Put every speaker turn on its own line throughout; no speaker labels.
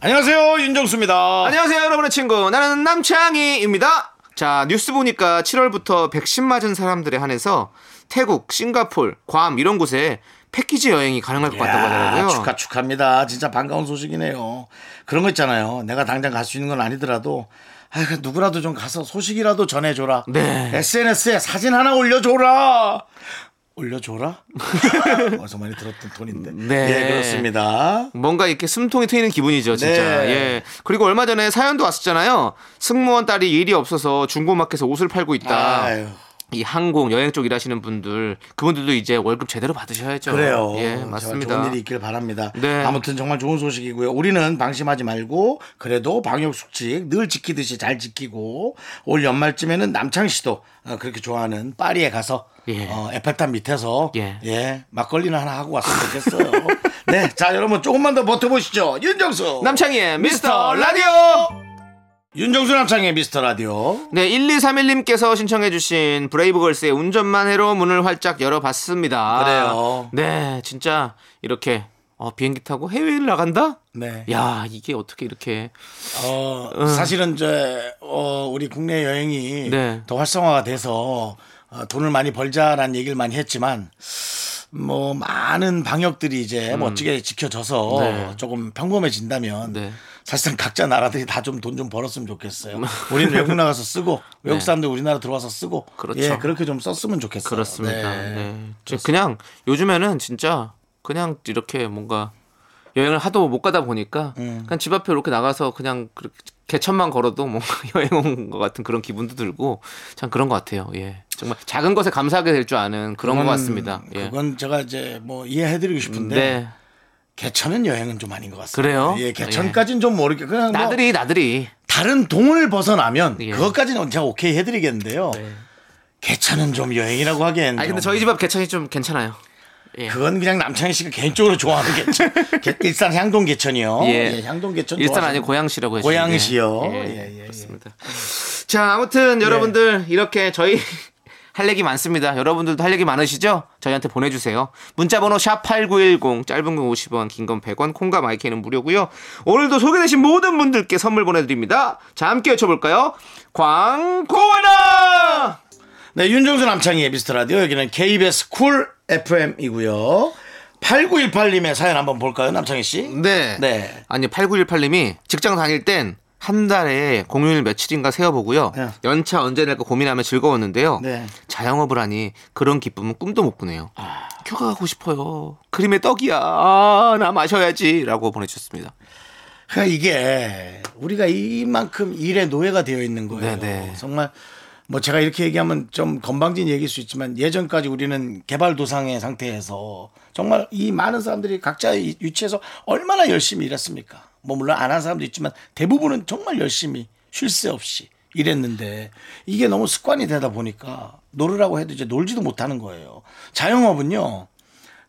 안녕하세요 윤정수입니다.
안녕하세요, 여러분의 친구. 나는 남창희입니다. 자, 뉴스 보니까 7월부터 백신 맞은 사람들에 한해서 태국, 싱가폴, 괌 이런 곳에 패키지 여행이 가능할 것 같다고 하더라고요.
축하 축하합니다. 진짜 반가운 소식이네요. 그런 거 있잖아요. 내가 당장 갈 수 있는 건 아니더라도 아, 누구라도 좀 가서 소식이라도 전해줘라.
네.
SNS에 사진 하나 올려줘라. 올려줘라? 어디서 많이 들었던 톤인데.
네.
예, 그렇습니다.
뭔가 이렇게 숨통이 트이는 기분이죠, 진짜.
네.
예. 그리고 얼마 전에 사연도 왔었잖아요. 승무원 딸이 일이 없어서 중고마켓에서 옷을 팔고 있다.
아유.
이 항공 여행 쪽 일하시는 분들 그분들도 이제 월급 제대로 받으셔야죠.
그래요.
예,
제발
맞습니다.
좋은 일이 있길 바랍니다.
네.
아무튼 정말 좋은 소식이고요. 우리는 방심하지 말고 그래도 방역 수칙 늘 지키듯이 잘 지키고 올 연말쯤에는 남창 씨도 어, 그렇게 좋아하는 파리에 가서
예.
어, 에펠탑 밑에서 예.
예.
막걸리나 하나 하고 왔으면 좋겠어요. 네, 자 여러분 조금만 더 버텨보시죠. 윤정수,
남창희의 미스터 라디오.
윤정수 남창의 미스터 라디오.
네, 1231님께서 신청해주신 브레이브걸스의 운전만 해로 문을 활짝 열어봤습니다.
그래요.
네, 진짜 이렇게 어, 비행기 타고 해외를 나간다?
네.
야, 이게 어떻게 이렇게
어, 사실은 이제 어, 우리 국내 여행이
네.
더 활성화가 돼서 어, 돈을 많이 벌자라는 얘기를 많이 했지만 뭐 많은 방역들이 이제 멋지게 지켜져서
음. 네.
조금 평범해진다면
네.
사실상 각자 나라들이 다 좀 돈 좀 벌었으면 좋겠어요. 우리는 외국 나가서 쓰고 외국
음. 네.
사람들 우리나라 들어와서 쓰고
그렇죠.
예, 그렇게 좀 썼으면 좋겠어요.
그렇습니다.
네.
네. 저 그냥 요즘에는 진짜 그냥 이렇게 뭔가 여행을 하도 못 가다 보니까
음.
그냥 집 앞에 이렇게 나가서 그냥 그렇게 개천만 걸어도 뭔가 여행 온 것 같은 그런 기분도 들고 참 그런 것 같아요. 예. 정말 작은 것에 감사하게 될 줄 아는 그런 것 같습니다. 예.
그건 제가 이제 뭐 이해해드리고 싶은데
네.
개천은 여행은 좀 아닌 것 같습니다.
그래요?
예, 개천까지는 좀 모르겠고 그냥 뭐
나들이 나들이.
다른 동을 벗어나면
예. 네.
그것까지는 제가 오케이 해드리겠는데요. 개천은 좀 여행이라고 하기엔.
아
좀
근데 저희 집 앞 개천이 좀 괜찮아요. 예.
그건 그냥 남창희 씨가 개인적으로 좋아하는 개천. 개- 일산 향동 개천이요.
예.
예, 향동 개천.
일산
좋아하시는-
아니고 고양시라고 해주
고양시요.
예.
예, 예, 예.
그렇습니다. 자, 아무튼 여러분들 이렇게 저희 할 얘기 많습니다. 여러분들도 할 얘기 많으시죠? 저희한테 보내주세요. 문자번호 샵 #8910 짧은 건 50원, 긴 건 100원, 콩과 마이크는 무료고요. 오늘도 소개되신 모든 분들께 선물 보내드립니다. 자, 함께 외쳐볼까요? 광고하라!
네, 윤정수 남창희의 미스터 라디오. 여기는 KBS 쿨 FM이고요. 8918님의 사연 한번 볼까요, 남창희 씨?
네.
네.
아니 8918님이 직장 다닐 땐 한 달에 공휴일 며칠인가 세어보고요.
네.
연차 언제 낼까 고민하며 즐거웠는데요.
네.
자영업을 하니 그런 기쁨은 꿈도 못 꾸네요.
아.
휴가 가고 싶어요. 크림의 떡이야. 아, 나 마셔야지라고 보내주셨습니다.
그러니까 이게 우리가 이만큼 일의 노예가 되어 있는 거예요.
네네.
정말 뭐 제가 이렇게 얘기하면 좀 건방진 얘기일 수 있지만 예전까지 우리는 개발도상의 상태에서 정말 이 많은 사람들이 각자의 위치에서 얼마나 열심히 일했습니까? 뭐 물론 안 한 사람도 있지만 대부분은 정말 열심히 쉴 새 없이 일했는데 이게 너무 습관이 되다 보니까 놀으라고 해도 이제 놀지도 못하는 거예요. 자영업은요.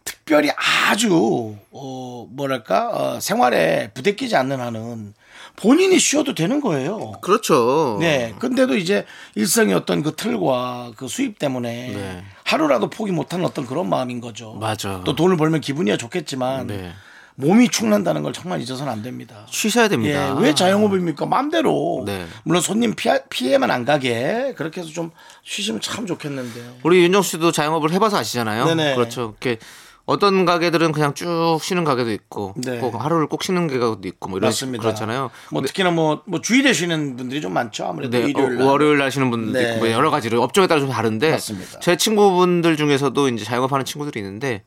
특별히 아주 어 뭐랄까 어, 생활에 부대끼지 않는 한은 본인이 쉬어도 되는 거예요.
그렇죠.
네. 근데도 이제 일상의 어떤 그 틀과 그 수입 때문에
네.
하루라도 포기 못하는 어떤 그런 마음인 거죠.
맞아.
또 돈을 벌면 기분이야 좋겠지만
네.
몸이 축난다는 걸 정말 잊어서는 안 됩니다.
쉬셔야
예,
됩니다.
왜 자영업입니까? 마음대로.
네.
물론 손님 피해, 피해만 안 가게 그렇게 해서 좀 쉬시면 참 좋겠는데요.
우리 윤정 씨도 자영업을 해봐서 아시잖아요.
네네.
그렇죠. 이렇게 어떤 가게들은 그냥 쭉 쉬는 가게도 있고,
네.
꼭 하루를 꼭 쉬는 가게도 있고, 뭐 이런 식
맞습니다.
그렇잖아요.
뭐 특히나 뭐, 뭐 주일에 쉬는 분들이 좀 많죠. 아무래도
네,
뭐 일요일 날.
어, 월요일 날 쉬는 분들
네.
있고 뭐 여러 가지로 업종에 따라 좀 다른데
맞습니다.
제 친구분들 중에서도 이제 자영업하는 친구들이 있는데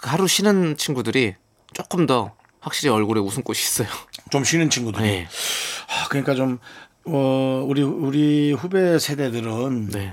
그 하루 쉬는 친구들이 조금 더 확실히 얼굴에 웃음꽃이 있어요.
좀 쉬는 친구들이.
네.
아, 그러니까 좀 어, 우리 우리 후배 세대들은
네.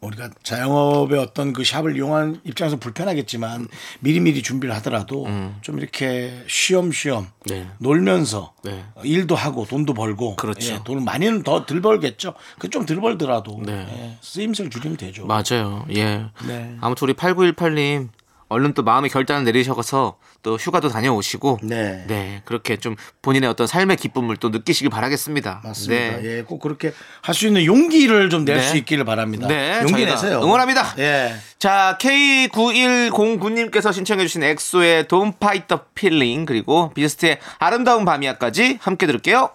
우리가 자영업의 어떤 그 샵을 이용한 입장에서 불편하겠지만 미리미리 준비를 하더라도 좀 이렇게 쉬엄쉬엄
음. 네.
놀면서
네.
어, 일도 하고 돈도 벌고
그렇죠.
예, 돈을 많이는 더 덜 벌겠죠. 그 좀 덜 벌더라도
네.
예, 쓰임새를 줄이면 되죠.
맞아요. 예.
네.
아무튼 우리 8918님 얼른 또 마음의 결단을 내리셔서 또 휴가도 다녀오시고
네.
네, 그렇게 좀 본인의 어떤 삶의 기쁨을 또 느끼시길 바라겠습니다.
맞습니다.
네.
예, 꼭 그렇게 할 수 있는 용기를 좀 낼
네.
수 있기를 바랍니다.
네,
용기
저희가
내세요.
응원합니다.
예.
자, K9109님께서 신청해주신 엑소의 Don't Fight the Feeling 그리고 비스트의 아름다운 밤이야까지 함께 들을게요.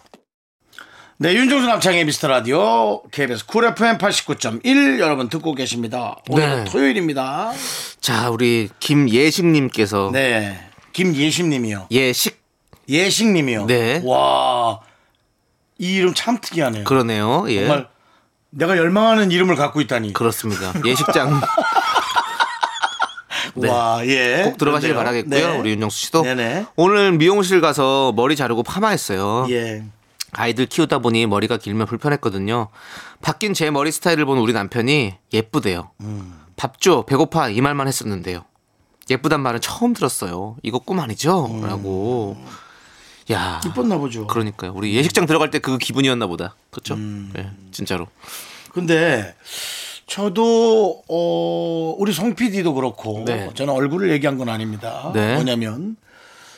네, 윤종수 남창의 미스터 라디오 KBS 쿨 FM 89.1 여러분 듣고 계십니다. 오늘은
네.
토요일입니다.
자, 우리 김예식님께서
네. 김예식님이요.
예식
예식님이요.
네.
와, 이 이름 참 특이하네요.
그러네요. 예.
정말 내가 열망하는 이름을 갖고 있다니.
그렇습니다. 예식장 네.
와, 예.
꼭 들어가시길
그런데요.
바라겠고요.
네.
우리 윤정수 씨도
네네.
오늘 미용실 가서 머리 자르고 파마했어요.
예.
아이들 키우다 보니 머리가 길면 불편했거든요. 바뀐 제 머리 스타일을 본 우리 남편이 예쁘대요. 밥 줘, 배고파 이 말만 했었는데요. 예쁘단 말은 처음 들었어요. 이거 꿈 아니죠? 라고. 야.
이뻤나 보죠.
그러니까요. 우리 예식장 들어갈 때 그 기분이었나 보다. 그렇죠?
음.
예, 진짜로.
근데 저도 어 우리 송 PD도 그렇고
네.
저는 얼굴을 얘기한 건 아닙니다.
네.
뭐냐면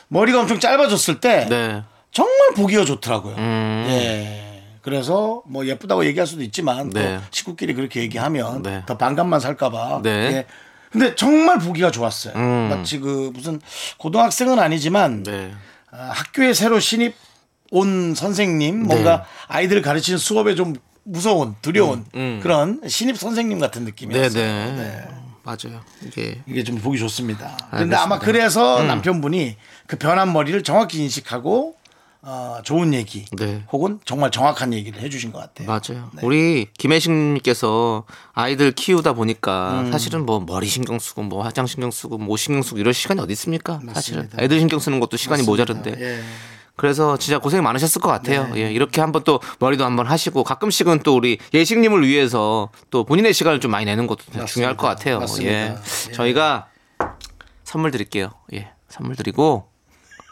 머리가 엄청 짧아졌을 때
네.
정말 보기가 좋더라고요.
음.
예. 그래서 뭐 예쁘다고 얘기할 수도 있지만
네.
또 식구끼리 그렇게 얘기하면
네.
더 반감만 살까봐.
네.
예. 근데 정말 보기가 좋았어요.
음.
마치 그 무슨 고등학생은 아니지만
네.
아, 학교에 새로 신입 온 선생님 뭔가
네.
아이들을 가르치는 수업에 좀 무서운 두려운 그런 신입 선생님 같은
음, 네,
느낌이었어요.
네. 맞아요. 이게
이게 좀 보기 좋습니다. 근데
알겠습니다. 음.
아마 그래서 남편분이 그 변한 머리를 정확히 인식하고 어, 좋은 얘기
네.
혹은 정말 정확한 얘기를 해주신 것 같아요.
맞아요.
네.
우리 김혜식님께서 아이들 키우다 보니까
음.
사실은 뭐 머리 신경 쓰고 뭐 화장 신경 쓰고 뭐 옷 신경 쓰고 이럴 시간이 어디 있습니까? 사실은 애들 신경 쓰는 것도 시간이 모자른데.
예. 네.
그래서 진짜 고생 많으셨을 것 같아요. 예, 이렇게 한번 또 머리도 한번 하시고 가끔씩은 또 우리 예식님을 위해서 또 본인의 시간을 좀 많이 내는 것도 중요할 것 같아요.
맞습니다.
예.
예.
저희가 선물 드릴게요. 예. 선물 드리고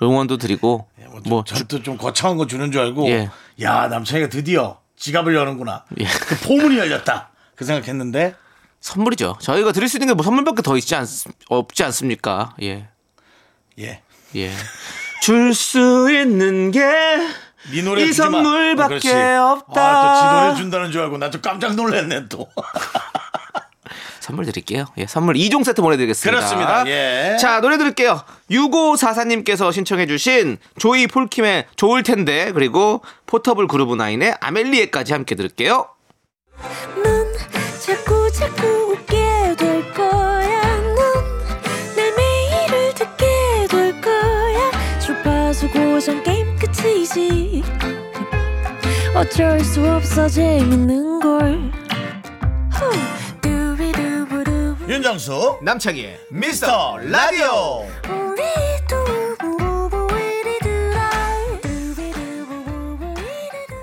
응원도 드리고
뭐,
뭐
저- 저도 좀 거창한 거 주는 줄 알고
예.
야 남창이가 드디어 지갑을 여는구나.
예.
그 포문이 열렸다. 그 생각했는데
선물이죠. 저희가 드릴 수 있는 게 뭐 선물밖에 더 있지 않, 없지 않습니까? 예.
예.
예. 줄 수 있는 게
네 노래
이
주지 마.
선물밖에
그렇지.
없다.
아, 또지 노래 준다는 줄 알고 나 좀 깜짝 놀랐네 또.
선물 드릴게요. 예, 선물 2종 세트 보내드리겠습니다.
그렇습니다. 예.
자, 노래 드릴게요. 6544님께서 신청해주신 조이 폴킴의 좋을 텐데, 그리고 포터블 그루브 나인의 아멜리에까지 함께 들을게요.
넌 자꾸 자꾸 웃게 될 거야. 넌내 매일을 듣게 될 거야. 주파수 고정 게임 끝이지. 어쩔 수 없어 재밌는 걸. 후. 두비두부두부.
윤정수
남창희의
미스터 라디오.
우리 두부부부 우리들아. 두비두부부부 우리들아.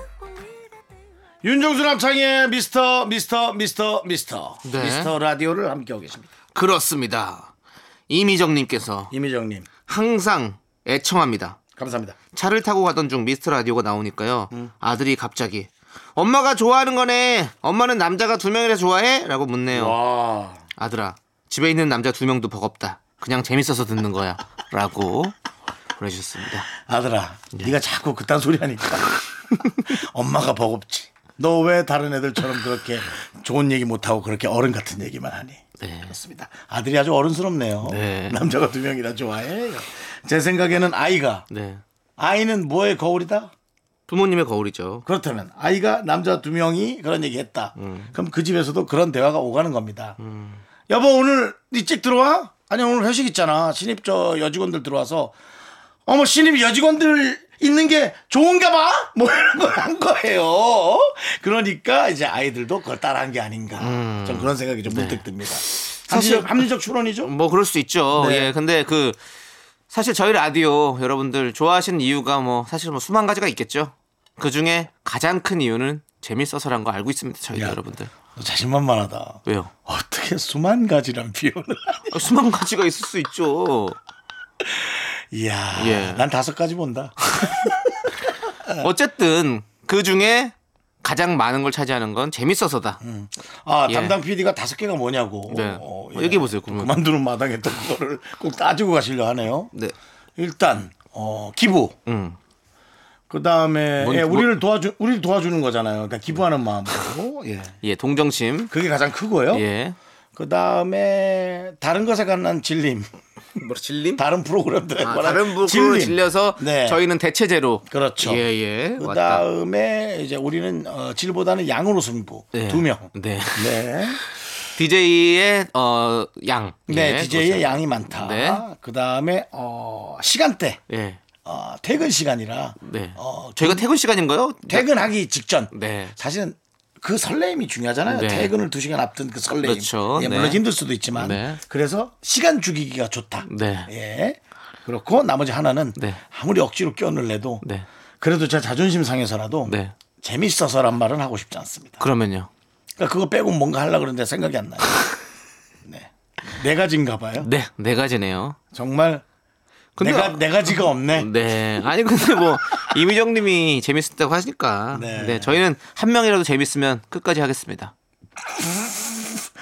윤정수 남창의 미스터 미스터 미스터 미스터
네.
미스터 라디오를 함께하고 계십니다.
그렇습니다. 이미정님께서
이미정님
항상 애청합니다.
감사합니다.
차를 타고 가던 중 미스터 라디오가 나오니까요.
음.
아들이 갑자기 엄마가 좋아하는 거네. 엄마는 남자가 두 명이라 좋아해?라고 묻네요.
와
아들아 집에 있는 남자 두 명도 버겁다. 그냥 재밌어서 듣는 거야.라고 보내주셨습니다.
아들아
예.
네가 자꾸 그딴 소리 하니까 엄마가 버겁지. 너 왜 다른 애들처럼 그렇게 좋은 얘기 못하고 그렇게 어른 같은 얘기만 하니?
네.
그렇습니다. 아들이 아주 어른스럽네요.
네.
남자가 두 명이라 좋아해. 제 생각에는 아이가
네.
아이는 뭐의 거울이다?
부모님의 거울이죠.
그렇다면 아이가 남자 두 명이 그런 얘기했다.
음.
그럼 그 집에서도 그런 대화가 오가는 겁니다. 여보 오늘 일찍 들어와? 아니 오늘 회식 있잖아. 신입 저 여직원들 들어와서 어머 신입 여직원들 있는 게 좋은가 봐? 뭐 이런 걸 한 거예요. 그러니까 이제 아이들도 그걸 따라한 게 아닌가. 좀 그런 생각이 좀 문득 듭니다.
음. 네. 사실-
합리적, 합리적 추론이죠.
뭐 그럴 수 있죠.
네.
예. 근데 그 사실 저희 라디오 여러분들 좋아하시는 이유가 뭐 사실 뭐 수만 가지가 있겠죠. 그 중에 가장 큰 이유는 재밌어서란 거 알고 있습니다. 저희
야.
여러분들.
너 자신만만하다.
왜요?
어떻게 수만 가지란 비유를? 하니?
아, 수만 가지가 있을 수 있죠.
이야,
예.
난 다섯 가지 본다. 네.
어쨌든 그 중에 가장 많은 걸 차지하는 건 재밌어서다.
아
예.
담당 PD가 다섯 개가 뭐냐고. 어, 예.
네. 얘기해 보세요, 그러면.
그만두는 마당에 또 그거를 꼭 따지고 가시려 하네요.
네.
일단 어, 기부.
음.
그 다음에
뭔- 뭐
예, 우리를 도와주 우리를 도와주는 거잖아요. 그러니까 기부하는 마음으로. 예.
예, 동정심.
그게 가장 크고요.
예.
그 다음에 다른 것에 관한 질림,
뭐 질림?
다른 프로그램들에
아,
관한
다른 부분으로 질려서
네.
저희는 대체제로
그렇죠.
예, 예.
그
왔다.
다음에 이제 우리는 어, 질보다는 양으로 승부
예.
두 명.
네.
네.
DJ의 어, 양.
네,
예,
DJ의
그렇죠.
양이 많다.
네.
그 다음에 어, 시간대,
예.
어, 퇴근 시간이라
네.
어,
저희가 퇴근 시간인가요?
퇴근하기 직전.
네.
사실은 그 설레임이 중요하잖아요.
네.
퇴근을 두 시간 앞둔 그 설레임.
그렇죠.
예,
네.
물론 힘들 수도 있지만
네.
그래서 시간 죽이기가 좋다.
네.
예. 그렇고 나머지 하나는
네.
아무리 억지로 끼어넣을 해도
네.
그래도 제 자존심 상해서라도
네.
재밌어서란 말은 하고 싶지 않습니다.
그러면요.
그러니까 그거 빼고 뭔가 하려고 그러는데 생각이 안 나요. 네. 네 가지인가 봐요.
네, 네 가지네요.
정말
근데
내가
아-
네 가지가 없네.
네. 아니 근데 뭐 이미정 님이 재밌었다고 하시니까.
네.
네. 저희는 한 명이라도 재밌으면 끝까지 하겠습니다.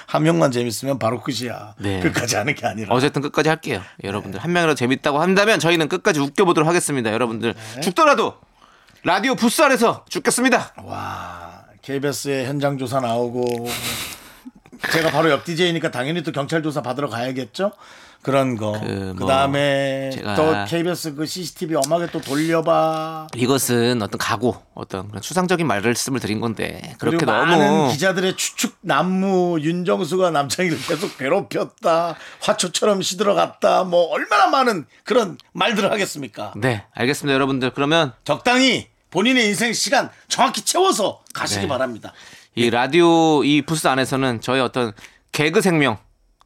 한 명만 재밌으면 바로 끝이야.
네.
끝까지 하는 게 아니라.
어쨌든 끝까지 할게요.
네.
여러분들 한 명이라도 재밌다고 한다면 저희는 끝까지 웃겨 보도록 하겠습니다. 여러분들
네.
죽더라도 라디오 부스 안에서 죽겠습니다.
네. 와 KBS의 현장 조사 나오고 제가 바로 옆 DJ니까 당연히 또 경찰 조사 받으러 가야겠죠. 그런 거.
뭐,
그 다음에
제가-
또 KBS 그 CCTV 엄하게 또 돌려봐.
이것은 어떤 각오, 어떤 그런 추상적인 말씀을 드린 건데
그리고
그렇게
많은
너무
기자들의 추측 난무 윤정수가 남창희를 계속 괴롭혔다 화초처럼 시들어갔다 뭐 얼마나 많은 그런 말들을 하겠습니까
네 알겠습니다 여러분들 그러면
적당히 본인의 인생 시간 정확히 채워서 가시기
네.
바랍니다
이 라디오 이 부스 안에서는 저희 어떤 개그 생명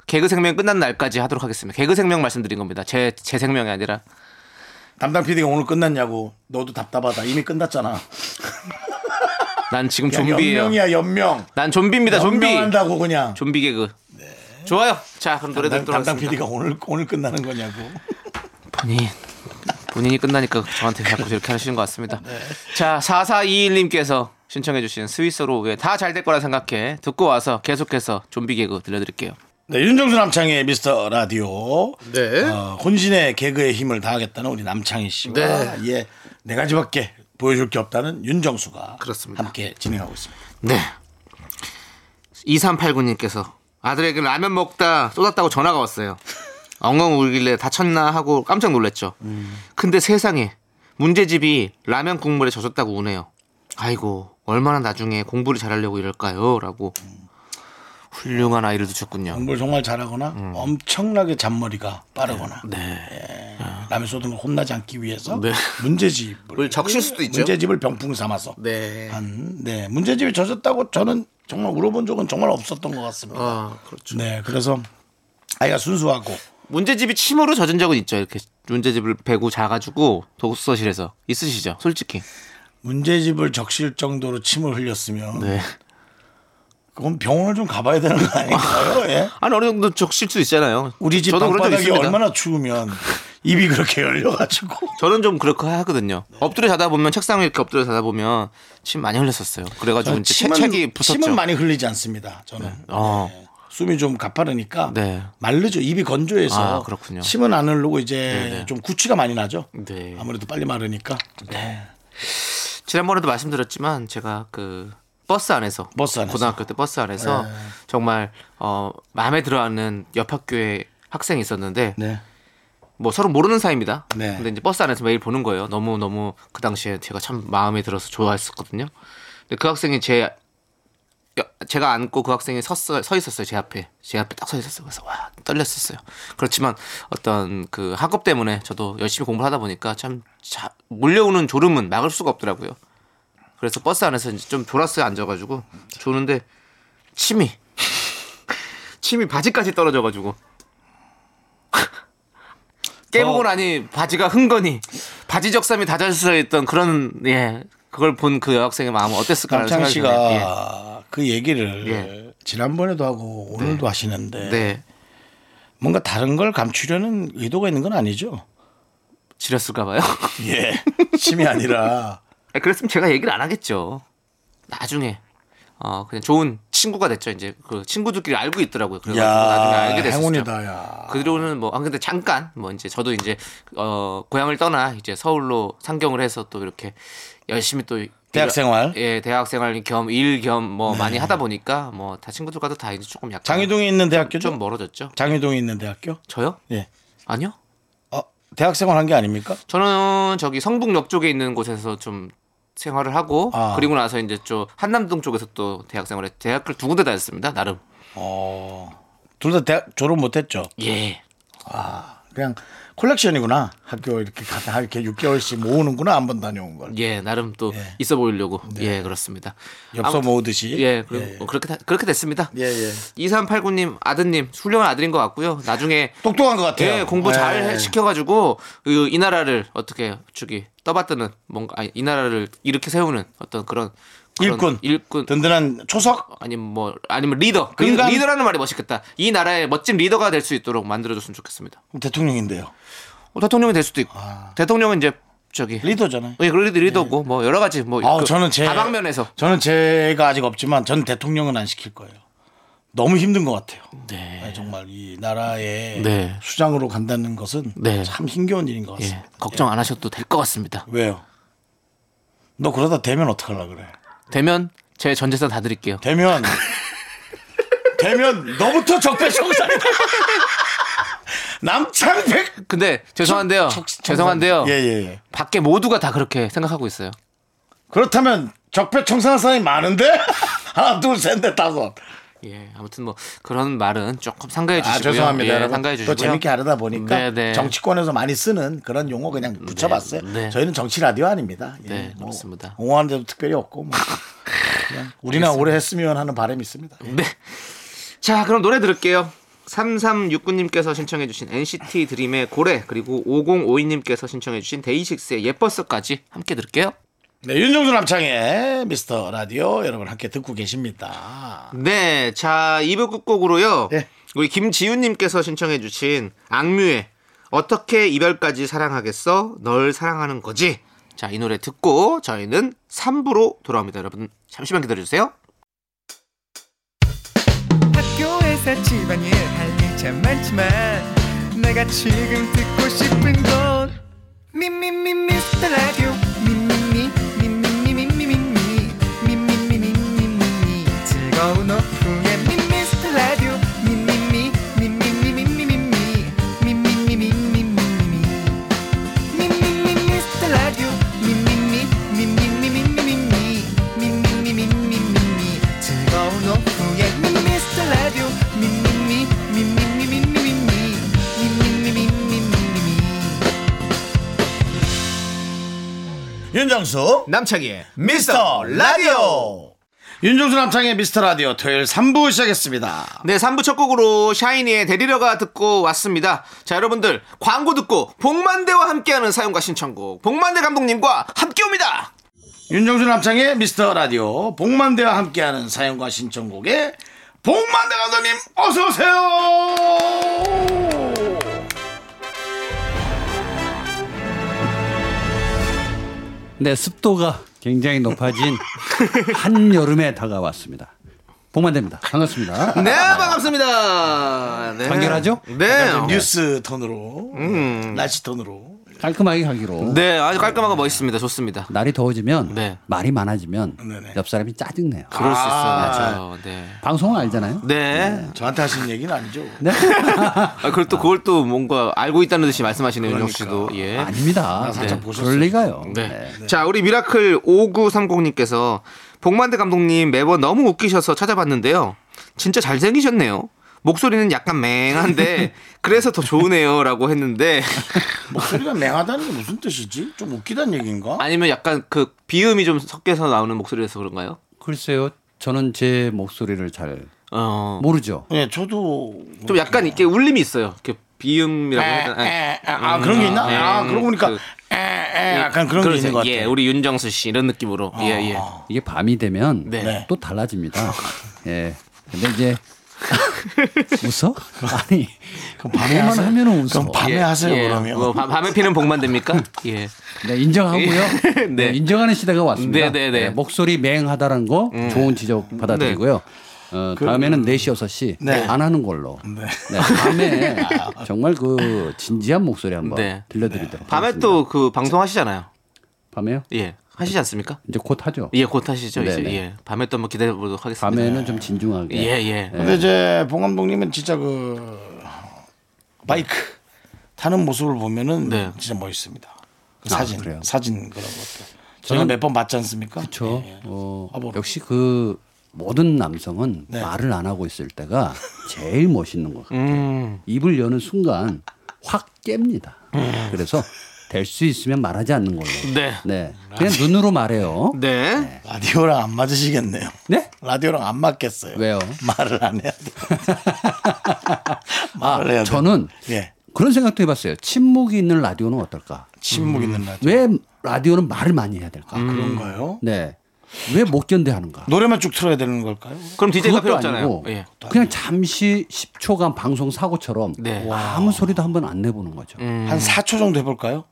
개그 생명 끝난 날까지 하도록 하겠습니다. 개그 생명 말씀드린 겁니다. 제 제 생명이 아니라
담당 PD가 오늘 끝났냐고 너도 답답하다 이미 끝났잖아
난 지금
야,
좀비예요.
연명이야 연명
난 좀비입니다. 좀비.
연명한다고 그냥
좀비 개그. 좋아요. 자 그럼 노래
담당,
듣도록
담당
하겠습니다.
PD가 오늘 오늘 끝나는 거냐고
본인 본인이 끝나니까 저한테 자꾸 이렇게 하시는 것 같습니다.
네.
자, 4421님께서 신청해 주신 스위스로 다잘 될 거라 생각해 듣고 와서 계속해서 좀비 개그 들려드릴게요.
네, 윤정수 남창희의 미스터 라디오.
네.
어, 혼신의 개그의 힘을 다하겠다는 우리 남창희 씨와
네.
예, 네 가지밖에 보여줄 게 없다는 윤정수가
그렇습니다.
함께 진행하고 있습니다.
네. 2389님께서 아들에게 라면 먹다 쏟았다고 전화가 왔어요. 엉엉 울길래 다쳤나 하고 깜짝 놀랐죠. 근데 세상에 문제집이 라면 국물에 젖었다고 우네요. 아이고 얼마나 나중에 공부를 잘하려고 이럴까요? 라고 훌륭한 아이를 두셨군요.
공부를 정말 잘하거나
음.
엄청나게 잔머리가 빠르거나 예, 남의 쏟은 걸 혼나지 않기 위해서
네.
문제집을
적실 수도
문제집을 병풍 삼아서
네.
한, 네 문제집이 젖었다고 저는 정말 울어본 적은 정말 없었던 것 같습니다.
아, 그렇죠.
네, 그래서 아이가 순수하고
문제집이 침으로 젖은 적은 있죠. 이렇게 문제집을 베고 자가지고 독서실에서 있으시죠. 솔직히.
문제집을 적실 정도로 침을 흘렸으면
네.
그건 병원을 좀 가봐야 되는 거 아닌가요? 예?
아니 어느 정도 적실 수 있잖아요.
우리 집
저도 그런 적
방바닥이
있습니다.
얼마나 추우면 입이 그렇게 열려가지고
저는 좀 그렇게 하거든요. 엎드려 자다 보면 책상 에 이렇게 엎드려 자다 보면 침 많이 흘렸었어요. 그래가지고 이제 책- 책이 붙었죠.
아, 침은 많이 흘리지 않습니다. 저는
어.
숨이 좀 가파르니까
네.
마르죠. 입이 건조해서
아, 그렇군요.
침은 안 흐르고 이제 좀 구취가 많이 나죠.
네.
아무래도 빨리 마르니까
지난번에도 말씀드렸지만 제가 그 버스 안에서,
버스 안에서. 네.
고등학교 때 버스 안에서 정말 어 마음에 들어하는 옆 학교에 학생이 있었는데
네.
뭐 서로 모르는 사이입니다.
네.
근데 이제 버스 안에서 매일 보는 거예요. 너무 너무 그 당시에 제가 참 마음에 들어서 좋아했었거든요. 근데 그 학생이 제 여- 제가 안고 그 학생이 섰어 서 있었어요 제 앞에 제 앞에 딱 서 있었어요 그래서 와 떨렸었어요 그렇지만 어떤 그 학업 때문에 저도 열심히 공부를 하다 보니까 참 자- 몰려오는 졸음은 막을 수가 없더라고요 그래서 버스 안에서 이제 좀 졸았어요 앉아가지고 조는데 침이 침이 바지까지 떨어져가지고
어.
깨보고 나니 바지가 흥건히 바지 적삼이 다잘써 있던 그런 예 그걸 본 그 여학생의 마음은 어땠을까라는
남창
생각이 드네요. 예.
씨가 그 얘기를
예.
지난번에도 하고 오늘도 하시는데
네.
뭔가 다른 걸 감추려는 의도가 있는 건 아니죠?
지렸을까 봐요.
예. 심이 아니라
아, 그랬으면 제가 얘기를 안 하겠죠. 나중에 어 그냥 좋은 친구가 됐죠. 이제 그 친구들끼리 알고 있더라고요. 그래서 나중에 알게 됐었죠.
행운이다 야.
그로는 뭐아 근데 잠깐 뭐 이제 저도 이제 어 고향을 떠나 이제 서울로 상경을 해서 또 이렇게 열심히 또
대학생활. 네.
예 대학생활 겸 일 겸 뭐 많이 하다 보니까 뭐 다 친구들과도 다 이제 조금 약간
장희동에 있는 대학교죠?
좀 뭐. 멀어졌죠.
장희동에 있는 대학교?
저요?
예.
아니요.
어, 대학생활 한 게 아닙니까?
저는 저기 성북역 쪽에 있는 곳에서 좀 생활을 하고
아.
그리고 나서 이제 좀 한남동 쪽에서 또 대학 생활에 대학을 두 군데 다녔습니다. 나름.
어. 둘 다 대학 졸업 못 했죠.
예.
아, 그냥 콜렉션이구나. 학교 이렇게 가다 이렇게 6개월씩 모으는구나. 한 번 다녀온 걸.
예, 나름 또
예. 네.
있어 보이려고. 예, 그렇습니다.
엽서
아무튼-
모으듯이.
예, 그리고 뭐 그렇게 다- 그렇게 됐습니다.
예, 예.
2389님 아드님 훌륭한 아들인 것 같고요. 나중에
똑똑한 것 같아요.
예, 공부 잘
예.
해- 시켜가지고 그, 이 나라를 어떻게 저기 떠받드는 뭔가 아니, 이 나라를 이렇게 세우는 어떤 그런, 그런
일꾼.
일꾼
든든한 초석
아니면 뭐 아니면 리더 그
인간?
리더라는 말이 멋있겠다 이 나라의 멋진 리더가 될 수 있도록 만들어줬으면 좋겠습니다
대통령인데요.
어, 대통령이 될 수도 있고 대통령은 이제 저기
아. 리더잖아요. 네.
예, 그래도 리더고 뭐 여러 가지 뭐
아우
그
저는 제
다방면에서
저는 제가 아직 없지만 전 대통령은 안 시킬 거예요. 너무 힘든 것 같아요.
네.
네, 정말 이 나라의
네.
수장으로 간다는 것은
네.
참 힘겨운 일인 것 같습니다.
예, 걱정 안 하셔도 될 것 같습니다
왜요? 너 그러다 되면 어떡하려 그래?
되면 제 전 재산 다 드릴게요
되면 되면 너부터 적폐청산이다. 남창백
근데 죄송한데요 죄송한데요
예예. 예.
밖에 모두가 다 그렇게 생각하고 있어요
그렇다면 적폐청산 사람이 많은데 하나 둘셋넷 다섯.
예 아무튼 뭐 그런 말은 조금 상가해
아
주시고요
죄송합니다.
예,
여러분.
상가해
또
주시고요
재밌게 하려다 보니까
네, 네.
정치권에서 많이 쓰는 그런 용어 그냥 붙여봤어요.
네.
저희는 정치 라디오 아닙니다. 예,
네,
뭐
그렇습니다.
옹호하는 데도 특별히 없고 뭐. 그냥 우리나 오래 했으면 하는 바람이 있습니다.
네. 자, 그럼 노래 들을게요. 3369님께서 신청해주신 NCT 드림의 고래, 그리고 5052님께서 신청해주신 데이식스의 예뻐서까지 함께 들을게요.
네, 윤종수 남창의 미스터 라디오 여러분 함께 듣고 계십니다.
네. 자, 2부 끝곡으로요.
예.
우리 김지윤님께서 신청해주신 악뮤의 어떻게 이별까지 사랑하겠어? 널 사랑하는 거지. 자, 이 노래 듣고 저희는 3부로 돌아옵니다. 여러분, 잠시만 기다려주세요.
학교에서 집안일 할 일 참 많지만 내가 지금 듣고 싶은 건 미미미 미스터 라디오 미미미 미미미 미미미 미미미 미미미 즐거운 오후에 미미스터 라디오 미미미 미미미 미미미 미미미 미미미
윤정수
남창희의
미스터 라디오 윤종수 남창의 미스터 라디오 토요일 3부 시작했습니다.
네, 3부 첫 곡으로 샤이니의 데리러가 듣고 왔습니다. 자, 여러분들 광고 듣고 복만대와 함께하는 사연과 신청곡 복만대 감독님과 함께 옵니다.
윤정수 남창의 미스터 라디오 복만대와 함께하는 사연과 신청곡의 복만대 감독님 어서 오세요.
네, 습도가 굉장히 높아진 한 여름에 다가왔습니다. 복만대입니다. 반갑습니다.
네, 반갑습니다. 네.
간결하죠?
네. 음.
뉴스 톤으로 날씨 톤으로
깔끔하게 가기로.
네, 아주 깔끔하고 멋있습니다. 좋습니다.
날이 더워지면
네.
말이 많아지면
네네.
옆 사람이 짜증내요.
그럴 수 있어요. 맞아요. 아. 네.
방송은 알잖아요.
네.
저한테 하시는 얘기는 아니죠.
네.
아, 그걸 또 그걸 또 뭔가 알고 있다는 듯이 말씀하시네요, 윤정 씨도. 예.
아닙니다.
살짝
그럴 리가요.
네. 자, 우리 미라클 5930님께서 복만대 감독님 매번 너무 웃기셔서 찾아봤는데요. 진짜 잘생기셨네요. 목소리는 약간 맹한데 그래서 더 좋으네요라고 했는데
목소리가 맹하다는 게 무슨 뜻이지? 좀 웃기다는 얘기인가?
아니면 약간 그 비음이 좀 섞여서 나오는 목소리라서 그런가요?
글쎄요. 저는 제 목소리를 잘
어.
모르죠.
예, 저도
좀 약간 이렇게 울림이 있어요. 이렇게 비음이라고 해야 되나?
에, 에, 아 그런 게 있나?
네.
아 그러고 보니까
그-
에, 에, 에, 약간 그런 게
그러세요.
있는 것 같아요. 어, 아,
예, 우리 윤정수 씨 이런 느낌으로. 예, 예.
이게 밤이 되면
네.
네.
또 달라집니다. 예. 근데 이제 웃어? 아니
그럼 밤에
밤에만
하세요.
하면은 웃어.
그럼 밤에
예,
네, 하세요
예.
그러면.
뭐, 밤- 밤에 피는 복만 됩니까? 예.
네, 인정하고요.
네.
네. 인정하는 시대가 왔습니다.
네, 네, 음. 네.
목소리 맹하다라는 거 좋은 지적 받아들이고요. 어, 다음에는 4시, 6시
그 네. 아.
안 하는 걸로. 네. 밤에 정말 그 진지한 목소리 한번
네.
들려드리도록
밤에
하겠습니다.
또 그 방송하시잖아요.
밤에요?
예. 하시지 않습니까?
이제 곧 하죠.
예, 곧 하시죠. 이제.
네네.
예. 밤에 또 한번 기대해 보도록 하겠습니다.
밤에는 좀 진중하게.
예, 예.
근데 이제 봉 감독님은 진짜 그 바이크 타는 모습을 보면은
네.
진짜 멋있습니다. 그 사진
아, 그래요?
사진 그런 것들. 저는 몇 번 봤지 않습니까?
그렇죠.
예, 예.
어,
바보로.
역시 그 모든 남성은
네.
말을 안 하고 있을 때가 제일 멋있는 것 같아요.
음.
입을 여는 순간 확 깹니다. 그래서 될 수 있으면 말하지 않는 걸로.
네.
네. 그냥 눈으로 말해요.
네.
라디오랑 안 맞으시겠네요.
네?
라디오랑 안 맞겠어요.
왜요?
말을 안 해야 돼. 말을 해야
아,
돼.
저는
예
그런 생각도 해봤어요. 침묵이 있는 라디오는 어떨까?
침묵 있는 라디오
음, 왜 라디오는 말을 많이 해야 될까?
음. 그런가요?
네. 왜 못 견뎌 하는가?
노래만 쭉 틀어야 되는 걸까요?
음.
그럼 DJ가 필요
네. 그것도
없잖아요.
아니고
예.
그냥 잠시 10초간 방송 사고처럼
네. 음.
아무 소리도 한번 안 내보는 거죠.
한 4초 정도 해볼까요?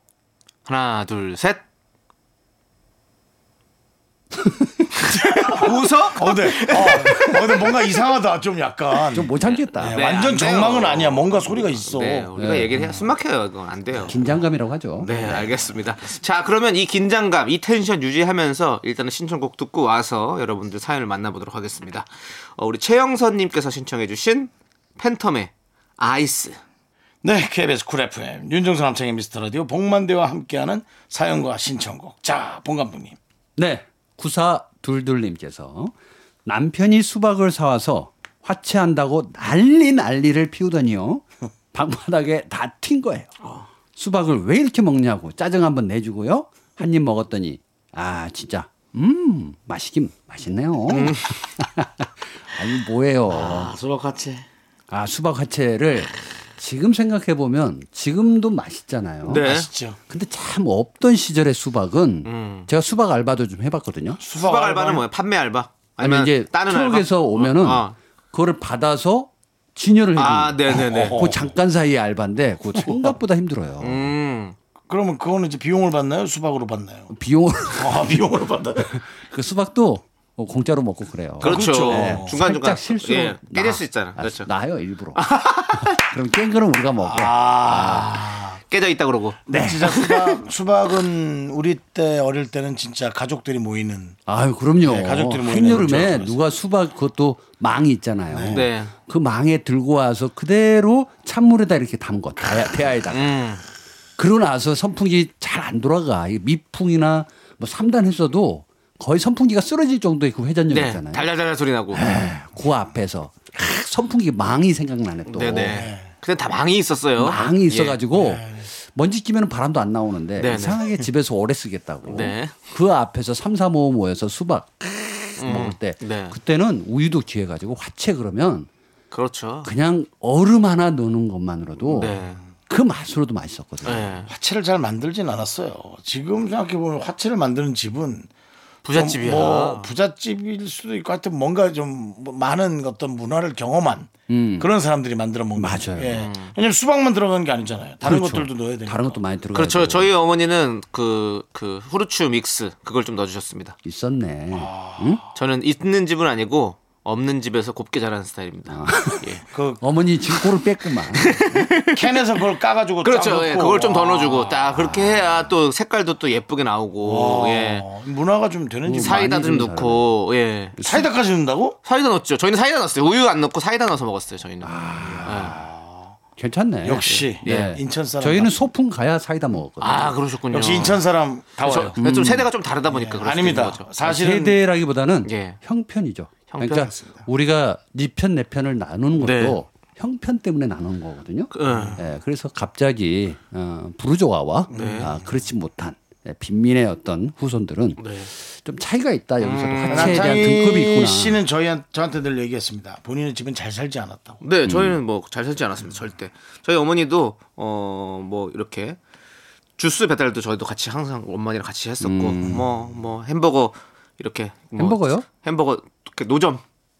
하나, 둘, 셋. 웃어?
어, 네. 어, 어, 네. 뭔가 이상하다. 좀 약간.
좀 못 참겠다.
네,
네,
완전
안 돼요.
정망은 아니야. 뭔가 소리가 있어.
네, 우리가 얘기를 해야 숨 막혀요. 그건 안 돼요.
긴장감이라고 하죠.
네, 알겠습니다. 자, 그러면 이 긴장감, 이 텐션 유지하면서 일단은 신청곡 듣고 와서 여러분들 사연을 만나보도록 하겠습니다. 어, 우리 최영선님께서 신청해주신 팬텀의 아이스.
네, KBS 쿨 FM 윤정수 남창의 미스터 라디오 복만대와 함께하는 사연과 신청곡. 자, 봉 감독님.
네. 구사 둘둘님께서 남편이 수박을 사와서 화채한다고 난리 난리를 피우더니요. 방바닥에 다 튄 거예요.
어.
수박을 왜 이렇게 먹냐고 짜증 한번 내주고요. 한 입 먹었더니 아 진짜 음 맛있긴 맛있네요. 아니 뭐예요?
음. 수박 같이.
아 수박 화채를 지금 생각해 보면 지금도 맛있잖아요.
네.
아시죠?
근데 참 없던 시절의 수박은
음.
제가 수박 알바도 좀 해봤거든요.
수박,
수박 알바는 뭐예요? 판매 알바?
아, 아니면
아니면
이제
다른
트럭에서
알바?
오면은
어.
그거를 받아서 진열을 해줍니다.
아, 네네네.
그 잠깐 사이의 알바인데 그거 생각보다 힘들어요.
음.
그러면 그거는 이제 비용을 받나요? 수박으로 받나요?
비용을
아, 비용으로 받아요.
그 수박도 뭐 공짜로 먹고 그래요.
그렇죠.
그렇죠.
네. 중간중간.
살짝 실수로
예, 때릴
나-
수 있잖아.
아,
그렇죠. 아,
나요 일부러. 그럼 깬 거는 우리가 먹고.
깨져 있다 그러고.
네. 아, 진짜 수박, 수박은 우리 때 어릴 때는 진짜 가족들이 모이는
아유 그럼요.
네, 가족들이 모이는 거죠. 그렇죠.
한여름에
그래서.
누가 수박 그것도 망이 있잖아요.
네.
그 망에 들고 와서 그대로 찬물에다 이렇게 담궜 다 대야에다.
음.
그러고 나서 선풍기 잘 안 돌아가. 이密풍이나 뭐 3단 했어도 거의 선풍기가 쓰러질 정도의 그 회전력
네.
있잖아요.
달달달달 소리 나고.
그 앞에서 캬, 선풍기 망이 생각나네 또.
네네. 그때 다 망이 있었어요.
망이
예.
있어가지고 먼지 끼면 바람도 안 나오는데
네네.
이상하게 집에서 오래 쓰겠다고.
네.
그 앞에서 삼삼오오 모여서 수박 캬, 먹을 때
네.
그때는 우유도 귀해가지고 화채 그러면
그렇죠.
그냥 얼음 하나 넣는 것만으로도
네.
그 맛으로도 맛있었거든요.
네.
화채를 잘 만들진 않았어요. 지금 생각해보면 화채를 만드는 집은
부잣집이야.
좀 뭐 부잣집일 수도 있고 하여튼 뭔가 좀뭐 많은 어떤 문화를 경험한 그런 사람들이 만들어 먹는
음. 맞아요.
예. 왜냐면 수박만 들어가는 게 아니잖아요. 다른
그렇죠.
것들도 넣어야 되니까.
다른 것도 많이
네,
들어가.
네. 그렇죠. 저희 어머니는 그, 그, 후르츠 믹스, 그걸 좀 넣어주셨습니다.
있었네.
아, 저는 있는 집은 아니고, 없는 집에서 곱게 자라는 스타일입니다. 예.
그
어머니 지금 코를 뺐구만.
캔에서 그걸 까가지고 쫙
그렇죠. 예.
넣고. 아.
그걸 좀 더 넣어주고, 딱 그렇게 해야 또 색깔도 또 예쁘게 나오고,
와,
예.
어, 문화가 좀 되는 집.
사이-
사이다 좀
많이 좀
넣고, 예.
사이다까지 넣는다고?
사이다 넣었죠. 저희는 사이다 넣었어요. 우유 안 넣고 사이다 넣어서 먹었어요, 저희는.
아,
괜찮네.
역시
예.
인천 사람.
저희는 소풍 가야 사이다 먹었거든요.
아, 그러셨군요.
역시 인천 사람 다워요. 음. 네,
저, 좀 세대가 좀 다르다 보니까 그럴 수도 있는
아닙니다.
거죠.
사실은
세대라기보다는
예.
형편이죠.
형편.
그러니까 우리가 네 니편내 편을 나누는 것도
네.
형편 때문에 나누는 거거든요.
그, 예.
예, 그래서 갑자기 어, 부르조아와 아, 그렇지 못한 예, 빈민의 어떤 후손들은
네.
좀 차이가 있다 여기서도 화채에 대한 등급이
남창희
있구나.
씨는 저희한 저한테 늘 얘기했습니다. 본인은 집은 잘 살지 않았다고.
네, 저희는 뭐 잘 살지 않았습니다. 절대. 저희 어머니도 어 뭐 이렇게 주스 배달도 저희도 같이 항상 엄마랑 같이 했었고
음.
뭐 뭐 햄버거 이렇게 뭐
햄버거요?
햄버거 이렇게 노점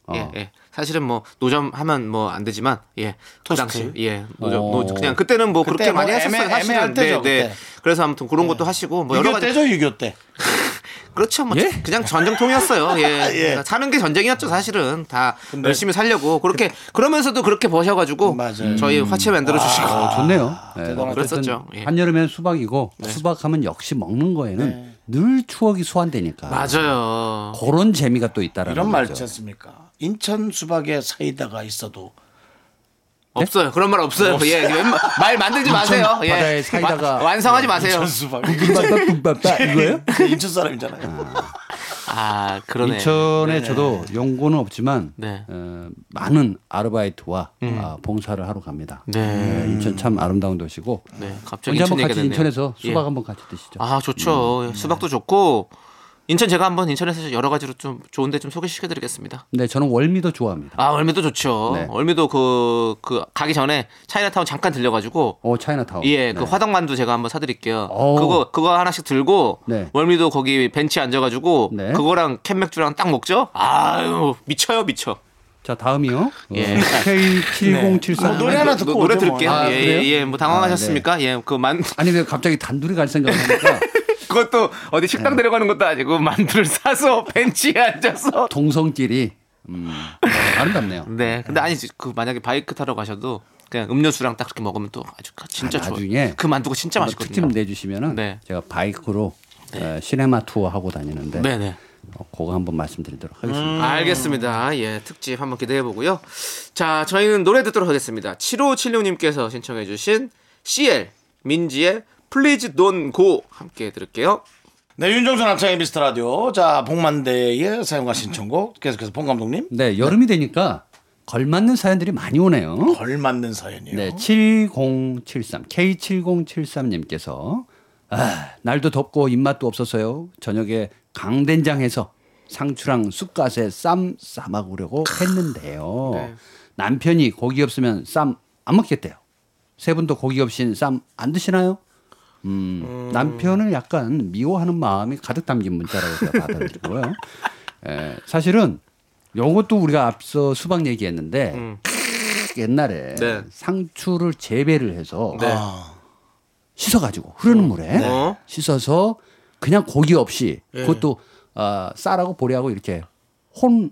어.
아.
예, 예. 사실은 뭐 노점 하면 뭐 안 되지만 예. 그 당시 예. 노점
어.
노, 그냥 그때는 뭐
그때
그렇게
뭐
많이
애매-
했었어요. 사실은
애매할 때죠,
네,
그때.
네. 그래서 아무튼 그런 것도 하시고 뭐 여러
6.25
가지
때죠 6.25 때.
그렇죠. 뭐
예?
그냥 전쟁통이었어요. 예.
예.
사는 게 전쟁이었죠, 사실은. 다
근데-
열심히 살려고 그렇게 그러면서도 그렇게 버셔 가지고
맞아요.
저희
음.
화채 만들어 주시고
어, 좋네요. 네,
대단하다.
어쨌든
그랬었죠. 예.
한여름엔 수박이고 수박하면 역시 먹는 거에는 늘 추억이 소환되니까.
맞아요.
그런 재미가 또 있다라는
이런 말 있지
거죠.
않습니까? 인천 수박에 사이다가 있어도
네? 없어요. 그런 말 없어요. 예. 웬만- 말 만들지 마세요. 예.
바다에 사이다가- 네,
와- 완성하지 마세요.
인천 수박.
뿜빠빠 이거예요?
그 인천 사람이잖아요.
아, 그러네.
인천에 저도 연고는 없지만
네. 음.
어, 많은 아르바이트와 아, 봉사를 하러 갑니다.
네.
네, 인천 참 아름다운 도시고
네.
언제
갑자기 인천
한번
얘기가
같이
됐네요.
인천에서 수박
예.
한번 같이 드시죠. 음.
아, 좋죠. 예, 수박도 좋고 인천 제가 한번 인천에서 여러 가지로 좀 좋은데 좀 소개시켜 드리겠습니다.
네, 저는 월미도 좋아합니다.
아 월미도 좋죠.
네.
월미도 그, 그 가기 전에 차이나타운 잠깐 들려가지고
어, 차이나타운.
예 그
네.
화덕만두 제가 한번 사드릴게요.
어우.
그거 그거 하나씩 들고
네.
월미도 거기 벤치 에 앉아가지고
네.
그거랑 캔맥주랑 딱 먹죠. 아유 미쳐요 미쳐.
자, 다음이요. 어,
예.
K7074.
뭐 노래 하나 듣고
아, 네, 노래
오죠,
들을게요.
뭐.
아, 그래요? 아, 네.
예예뭐 당황하셨습니까? 예그만
아니 왜 갑자기 단둘이 갈 생각을 하니까
그것도 어디 식당
네.
데려가는 것도 아니고 만두를 사서 벤치에 앉아서.
동성끼리 음, 아름답네요.
네. 근데 아니 그 만약에 바이크 타러 가셔도 그냥 음료수랑 딱 그렇게 먹으면 또 아주 진짜
아,
좋아요.
나중에
그 만두가 진짜
한번 특집
맛있거든요.
내주시면은
네.
제가 바이크로 어, 시네마 투어 하고 다니는데
네네.
어, 그거 한번 말씀드리도록 하겠습니다.
음. 알겠습니다. 예, 특집 한번 기대해 보고요. 자, 저희는 노래 듣도록 하겠습니다. 7576님께서 신청해 주신 CL 민지의 Please Don't Go 함께 들을게요.
네, 윤종수 남창의 미스터 라디오. 자, 복만대의 사용과 신청곡 계속해서 봉 감독님
네, 여름이 되니까 걸맞는 사연들이 많이 오네요.
덜 맞는 사연이에요.
네, 7073 K7073님께서 아, 날도 덥고 입맛도 없어서요. 저녁에 강된장해서 상추랑 쑥갓에 쌈 싸먹으려고 했는데요. 남편이 고기 없으면 쌈 안 먹겠대요. 세 분도 고기 없인 쌈 안 드시나요? 음, 남편을 약간 미워하는 마음이 가득 담긴 문자라고 제가 받아들이고요. 에, 사실은 요것도 우리가 앞서 수박 얘기했는데 옛날에
음. 네.
상추를 재배를 해서
네.
씻어가지고 흐르는 물에
어.
씻어서 그냥 고기 없이
예.
그것도 어, 쌀하고 보리하고 이렇게 혼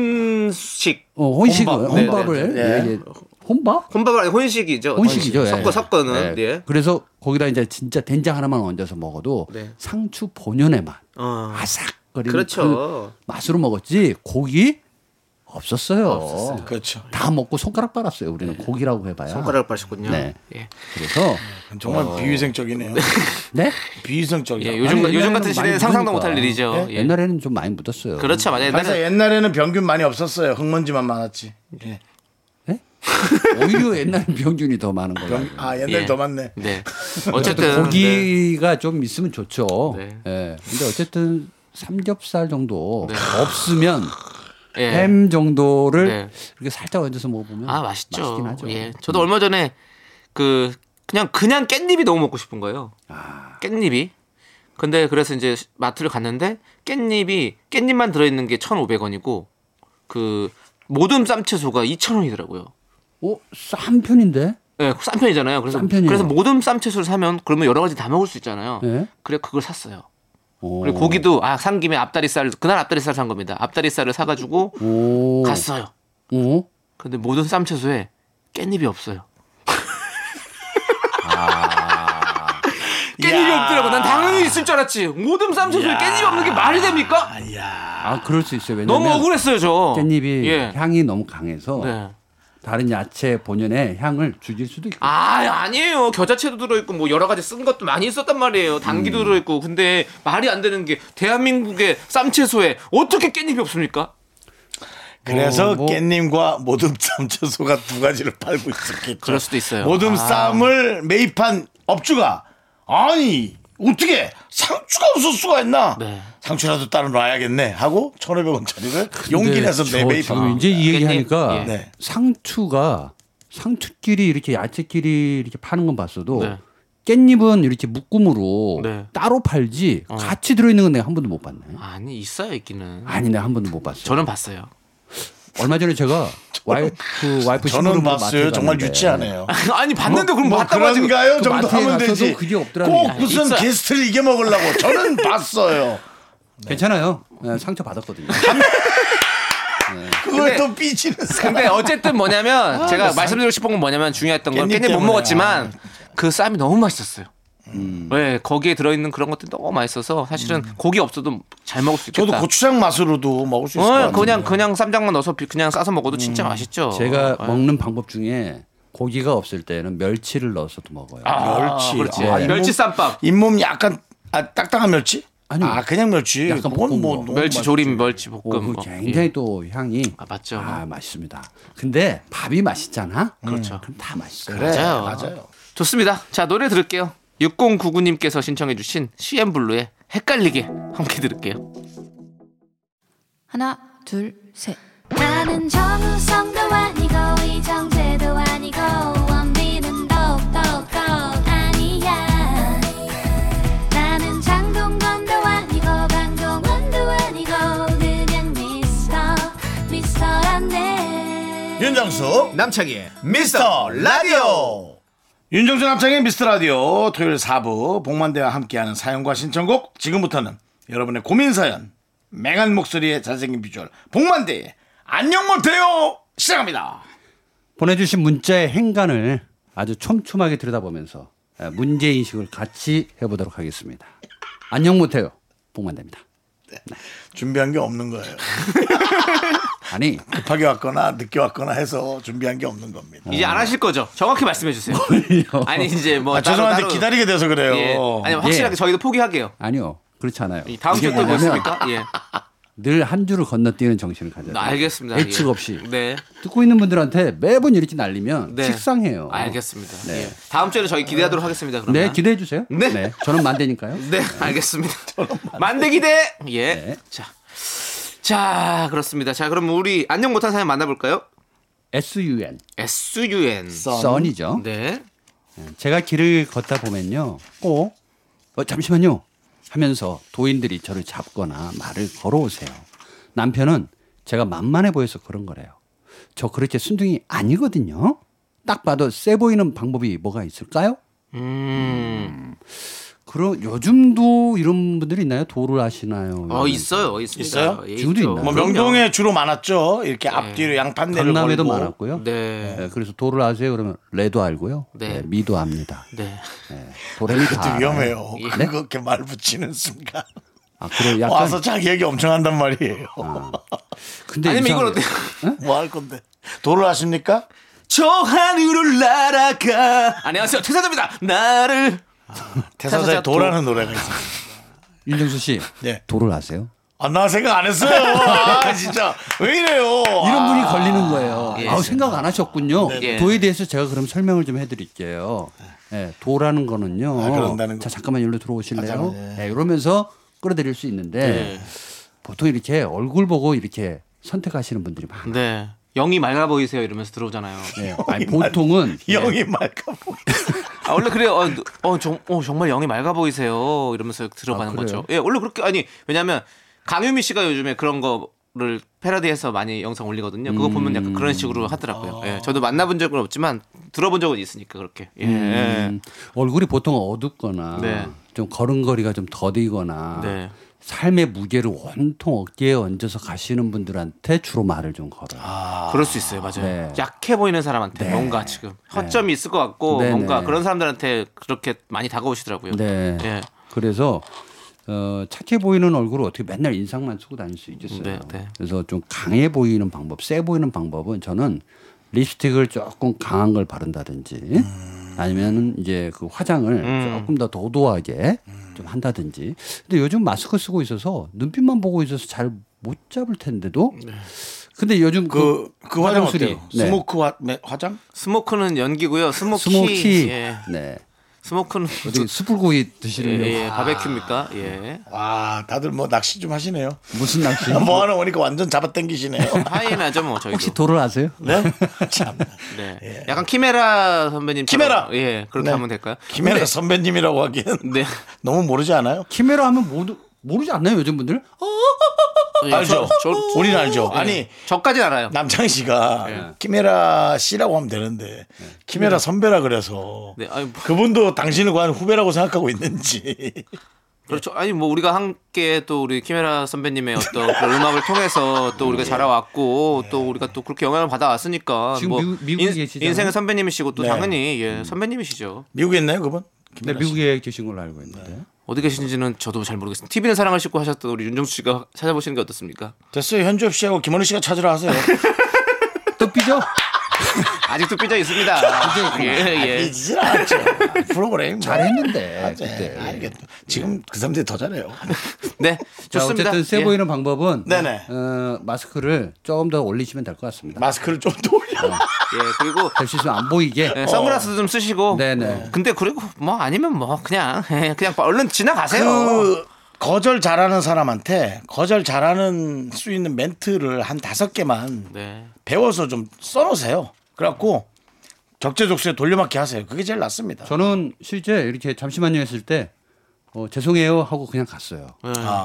혼식
어, 혼식 혼밥.
혼밥.
혼밥을
네, 네,
예, 예. 혼밥
혼밥 아니 혼식이죠.
혼식이죠. 예.
섞어 섞어는
예.
예.
그래서 거기다 이제 진짜 된장 하나만 얹어서 먹어도
네.
상추 본연의 맛
어.
아삭거리는
그렇죠.
그 맛으로 먹었지 고기 없었어요.
그렇죠.
다 먹고 손가락 빨았어요. 우리는 고기라고 해봐야.
네. 손가락을 빠셨군요.
네.
예.
그래서
정말
어.
비위생적이네요.
네
비위생적이다.
예,
요
요즘
아니,
요즘
옛날에는
같은 시대에
많이
상상도
묻으니까. 네?
못할 일이죠. 예.
옛날에는 좀 많이 묻었어요.
그렇죠. 만약
그래서
옛날에
옛날에는 병균 많이 없었어요. 흙먼지만 많았지. 예.
오히려 옛날 병균이 더 많은 거예요.
병- 아, 옛날
예.
더 많네.
네.
어쨌든
어쨌든 네.
고기가 좀 있으면 좋죠. 예.
네.
근데 어쨌든 삼겹살 정도 없으면
예.
햄 정도를
네.
이렇게 살짝 얹어서 먹어보면
아 맛있죠.
음, 맛있긴 하죠. 음.
예, 저도 얼마 전에 그 그냥 그냥 깻잎이 너무 먹고 싶은 거예요.
아.
깻잎이. 근데 그래서 이제 마트를 갔는데 깻잎이 깻잎만 들어있는 게 1,500원이고 그 모듬 쌈채소가 2,000원이더라고요.
어, 싼 편인데.
예, 싼 편이잖아요. 그래서
싼 편이에요.
그래서 모듬 쌈채소를 사면 그러면 여러 가지 다 먹을 수 있잖아요.
네.
그래 그걸 샀어요.
오.
그리고 고기도 아 산 김에 앞다리살 그날 앞다리살 산 겁니다. 앞다리살을 사가지고
오.
갔어요.
오.
근데 모든 쌈채소에 깻잎이 없어요. 깻잎이 없더라고. 난 당연히 있을 줄 알았지. 모든 쌈채소에 깻잎이 없는 게 말이 됩니까?
아, 그럴 수 있어요. 왜냐면
너무 억울했어요, 저.
깻잎이
예.
향이 너무 강해서
네.
다른 야채 본연의 향을 죽일 수도 있고.
아, 아니에요. 겨자채도 들어있고, 뭐, 여러 가지 쓴 것도 많이 있었단 말이에요. 당기도 들어있고. 근데 말이 안 되는 게, 대한민국의 쌈채소에 어떻게 깻잎이 없습니까?
그래서
어, 뭐.
깻잎과 모듬 쌈 채소가 두 가지를 팔고 있었겠죠.
그럴 수도 있어요.
모듬
아.
쌈을 매입한 업주가 아니 어떻게 상추가 없을 수가 있나?
네.
상추라도 따로 놔야겠네 하고 1,500원짜리를 용기 내서
근데
내
저
매입한
지금
거.
이제 이 얘기하니까
깻잎?
예. 네.
상추가 상추끼리 이렇게 야채끼리 이렇게 파는 건 봤어도
네.
깻잎은 이렇게 묶음으로
네.
따로 팔지 같이 들어있는 건 내가 한 번도 못 봤네.
아니 있어요 있기는.
아니 내가 한 번도 못 봤어.
저는 봤어요.
얼마 전에 제가 와이프 와이프
저는
신부름
봤어요.
마트에
정말
갔는데
유치하네요.
아니 봤는데 그럼
뭐
봤다고 하지.
그런가요?
그
정도
마트에
하면
갔어도
되지.
그게 없더라는
꼭
얘기야.
무슨
있어요.
게스트를 이겨 먹으려고 저는 봤어요.
괜찮아요. 네, 상처 받았거든요.
그걸 또 삐지는 사람.
근데 어쨌든 뭐냐면 제가 말씀드리고 싶은 건 뭐냐면 중요했던 건
깻잎
깻잎 못
아, 때문에. 아.
먹었지만 그 쌈이 너무 맛있었어요.
음.
네, 거기에 들어있는 그런 것들 너무 맛있어서 사실은 고기 없어도 잘 먹을 수 있겠다.
그러니까.
저도 고추장 맛으로도 먹을 수 있을 것 음.
어,
같아요.
그냥 그냥 쌈장만 넣어서 비- 그냥 싸서 먹어도 진짜 맛있죠.
제가
어.
먹는 방법 중에 고기가 없을 때는 멸치를 넣어서도 먹어요.
아,
멸치.
그렇지.
아,
멸치
멸치
쌈밥.
잇몸 약간 아, 딱딱한 멸치?
아니요.
아, 그냥 멸치.
약간
그건 뭐
볶음 거.
너무
멸치
맛있-
조림, 멸치 볶음.
오, 그
뭐.
굉장히
예.
또 향이
아, 맞죠.
아, 맛있습니다. 근데 밥이 맛있잖아.
그렇죠.
그럼 다 맛있어요.
그래,
맞아요.
맞아요.
좋습니다. 자, 노래 들을게요. 6099님께서 신청해 주신 CM 블루의 헷갈리게 함께 들을게요.
하나, 둘, 셋.
나는 정우성도 아니고 이정재도 아니고 원빈은 더욱더 아니야 나는 장동건도 아니고 강동원도 아니고 그냥 미스터 미스터란데
윤정수 남창희의 미스터 라디오
윤정수 남창의 미스터 라디오 토요일 4부 복만대와 함께하는 사연과 신청곡 지금부터는 여러분의 고민 사연 맹한 목소리에 잘생긴 비주얼 복만대의 안녕 못해요 시작합니다.
보내주신 문자의 행간을 아주 촘촘하게 들여다보면서 예, 문제 인식을 같이 해보도록 하겠습니다. 안녕 못해요. 복만됩니다.
준비한 게 없는 거예요.
아니
급하게 왔거나 늦게 왔거나 해서 준비한 게 없는 겁니다.
이제 안 하실 거죠? 정확히 말씀해 주세요. 아니 이제 뭐
아,
따로,
죄송한데
따로.
기다리게 돼서 그래요.
예. 아니 확실하게
예.
저희도 포기하게요.
아니요 그렇지 않아요.
이 다음
이게
주에 또
뭐냐면
보십니까? 예.
늘한 줄을 건너뛰는 정신을 가져야 돼요.
알겠습니다.
예측
예.
없이
네.
듣고 있는 분들한테 매번 이렇게 날리면
네.
식상해요.
알겠습니다.
네.
예. 다음 주에는 저희 기대하도록 하겠습니다. 그러면.
네 기대해 주세요.
네.
저는 만대니까요.
네, 알겠습니다. 만대 기대. 예.
네.
자. 자, 그렇습니다. 자, 그럼 우리 안녕 못한 사연 만나 볼까요?
S.U.N.
SUN.
썬이죠.
네.
제가 길을 걷다 보면요, 꼭 어, 잠시만요 하면서 도인들이 저를 잡거나 말을 걸어오세요. 남편은 제가 만만해 보여서 그런 거래요. 저 그렇게 순둥이 아니거든요. 딱 봐도 세 보이는 방법이 뭐가 있을까요?
음.
그럼 요즘도 이런 분들이 있나요? 도를 하시나요?
어, 있어요. 있습니다.
있어요?
예,
지금도
있죠.
음. 있나요?
뭐 명동에 주로 많았죠. 이렇게 앞뒤로 양판대를
강남에도
걸고.
많았고요.
네.
네, 그래서 도를 아세요? 그러면 레도 알고요.
네.
네, 미도 압니다.
네.
네, 도레미 다
그것도
알아요.
위험해요. 그렇게 말 붙이는 순간
아,
뭐
그래 약간
와서 자기 얘기 엄청 한단 말이에요.
근데
아니면 이걸
이상해요.
어때요?
뭐 할 건데 도를 아십니까?
저 하늘을 날아가. 안녕하세요. 최사자입니다. 나를
태사자의
태사자 도.
도라는 노래가 있어요.
윤정수 씨
네.
도를 아세요?
아, 나 생각 안 했어요. 아, 진짜. 왜 이래요? 아,
이런 분이 걸리는 거예요.
예.
아우 생각 안 하셨군요.
네.
도에 대해서 제가 그럼 설명을 좀 해드릴게요. 예, 도라는 거는요.
네. 아, 그런다는 거. 네.
자 잠깐만 일로 들어오실래요?
잠깐만,
예, 이러면서 끌어들일 수 있는데
네.
보통 이렇게 얼굴 보고 이렇게 선택하시는 분들이 많아요.
네. 영이 맑아 보이세요 이러면서 들어오잖아요.
예, 아니, 보통은
아, 영이 말까 보
아, 원래 그래요. 어, 어, 정, 어, 정말 영이 맑아 보이세요. 이러면서 들어가는
아, 그래요?
거죠. 예, 원래 그렇게 아니 왜냐하면 강유미 씨가 요즘에 그런 거를 패러디해서 많이 영상 올리거든요. 그거 보면 약간
음.
그런 식으로 하더라고요.
아.
예, 저도 만나본 적은 없지만 들어본 적은 있으니까 그렇게. 예.
음, 얼굴이 보통 어둡거나
네.
좀 걸음걸이가 좀 더디거나
네.
삶의 무게를 온통 어깨에 얹어서 가시는 분들한테 주로 말을 좀 걸어요.
그럴 수 있어요, 맞아요.
네.
약해 보이는 사람한테 뭔가 지금 허점이 있을 것 같고
네,
뭔가
네.
그런 사람들한테 그렇게 많이 다가오시더라고요.
네.
예.
그래서 어, 착해 보이는 얼굴을 어떻게 맨날 인상만 쓰고 다닐 수 있겠어요.
네, 네.
그래서 좀 강해 보이는 방법, 세 보이는 방법은 저는 립스틱을 조금 강한 걸 바른다든지 아니면 이제 그 화장을
음.
조금 더 도도하게 좀 한다든지. 근데 요즘 마스크 쓰고 있어서 눈빛만 보고 있어서 잘 못 잡을 텐데도.
네.
근데 요즘 그,
그, 그 화장
화장술이.
어때요?
네.
스모크 화, 매- 화장?
스모크는 연기고요. 스모키.
스모키.
예.
네.
스모크는
어디 숯불고기
예,
드시는
예, 바베큐입니까? 예.
와, 다들 뭐 낚시 좀 하시네요.
무슨 낚시?
뭐 하나 오니까 완전 잡아당기시네요.
하이에나죠, 뭐 저희도.
혹시 도를 아세요?
네? 참.
네. 약간 키메라 선배님.
키메라!
예, 그렇게
네.
하면 될까요?
김혜라 선배님이라고 하기엔
네.
너무 모르지 않아요?
키메라 하면 모두 모르지 않나요 요즘 분들? 어?
예,
알죠.
저, 저,
우린 알죠.
예.
아니,
저까지 알아요.
남창희 씨가
네.
김혜라 씨라고 하면 되는데 김혜라 선배라 그래서
네, 아니, 뭐,
그분도 당신을 과연 후배라고 생각하고 있는지
그렇죠. 아니 뭐 우리가 함께 또 우리 키메라 선배님의 어떤 그 음악을 통해서 또 우리가 자라왔고 또 우리가 또 그렇게 영향을 받아왔으니까
지금
뭐
미국- 미국에 계시잖아요.
인생의 선배님이시고 또
네.
당연히 예 선배님이시죠.
미국에 있나요 그분?
네,
김혜라 씨.
미국에 계신 걸로 알고 있는데.
어디 계신지는 저도 잘 모르겠습니다. TV는 사랑을 싣고 하셨던 우리 윤정수 씨가 찾아보시는 게 어떻습니까?
됐어요 현주엽 씨하고 김원희 씨가 찾으러 하세요.
또 삐죠?
아직도 삐져 있습니다. 예예.
이질 않죠 프로그램 뭐.
잘했는데
아, 네.
그때.
알겠 지금 그 사람들이 더 잘해요.
네
자,
좋습니다.
어쨌든 세
예.
보이는 방법은
네네.
어, 마스크를 조금 더 올리시면 될 것 같습니다.
마스크를 좀 더 올려.
예 그리고
될 수 있으면 안 보이게.
어.
예, 선글라스 좀 쓰시고.
네네.
근데 그리고 뭐 아니면 뭐 그냥 예, 그냥 얼른 지나가세요.
그 거절 잘하는 사람한테 거절 잘하는 수 있는 멘트를 한 다섯 개만
네.
배워서 좀 써놓으세요. 그래갖고 적재적소에 돌려막기 하세요. 그게 제일 낫습니다.
저는 실제 이렇게 잠시만요 했을 때 어, 죄송해요 하고 그냥 갔어요.
예.
아.